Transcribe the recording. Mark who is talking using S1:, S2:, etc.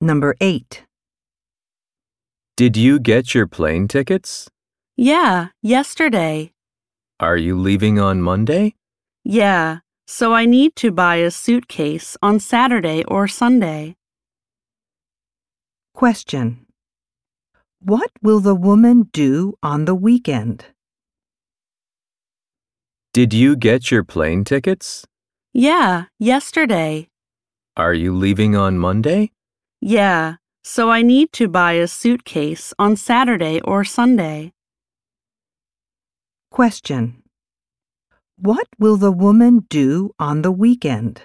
S1: Number 8.
S2: Did you get your plane tickets?
S3: Yeah, yesterday.
S2: Are you leaving on Monday?
S3: Yeah, so I need to buy a suitcase on Saturday or Sunday.
S1: Question. What will the woman do on the weekend?
S2: Did you get your plane tickets?
S3: Yeah, yesterday.
S2: Are you leaving on Monday?
S3: Yeah, so I need to buy a suitcase on Saturday or Sunday.
S1: Question. What will the woman do on the weekend?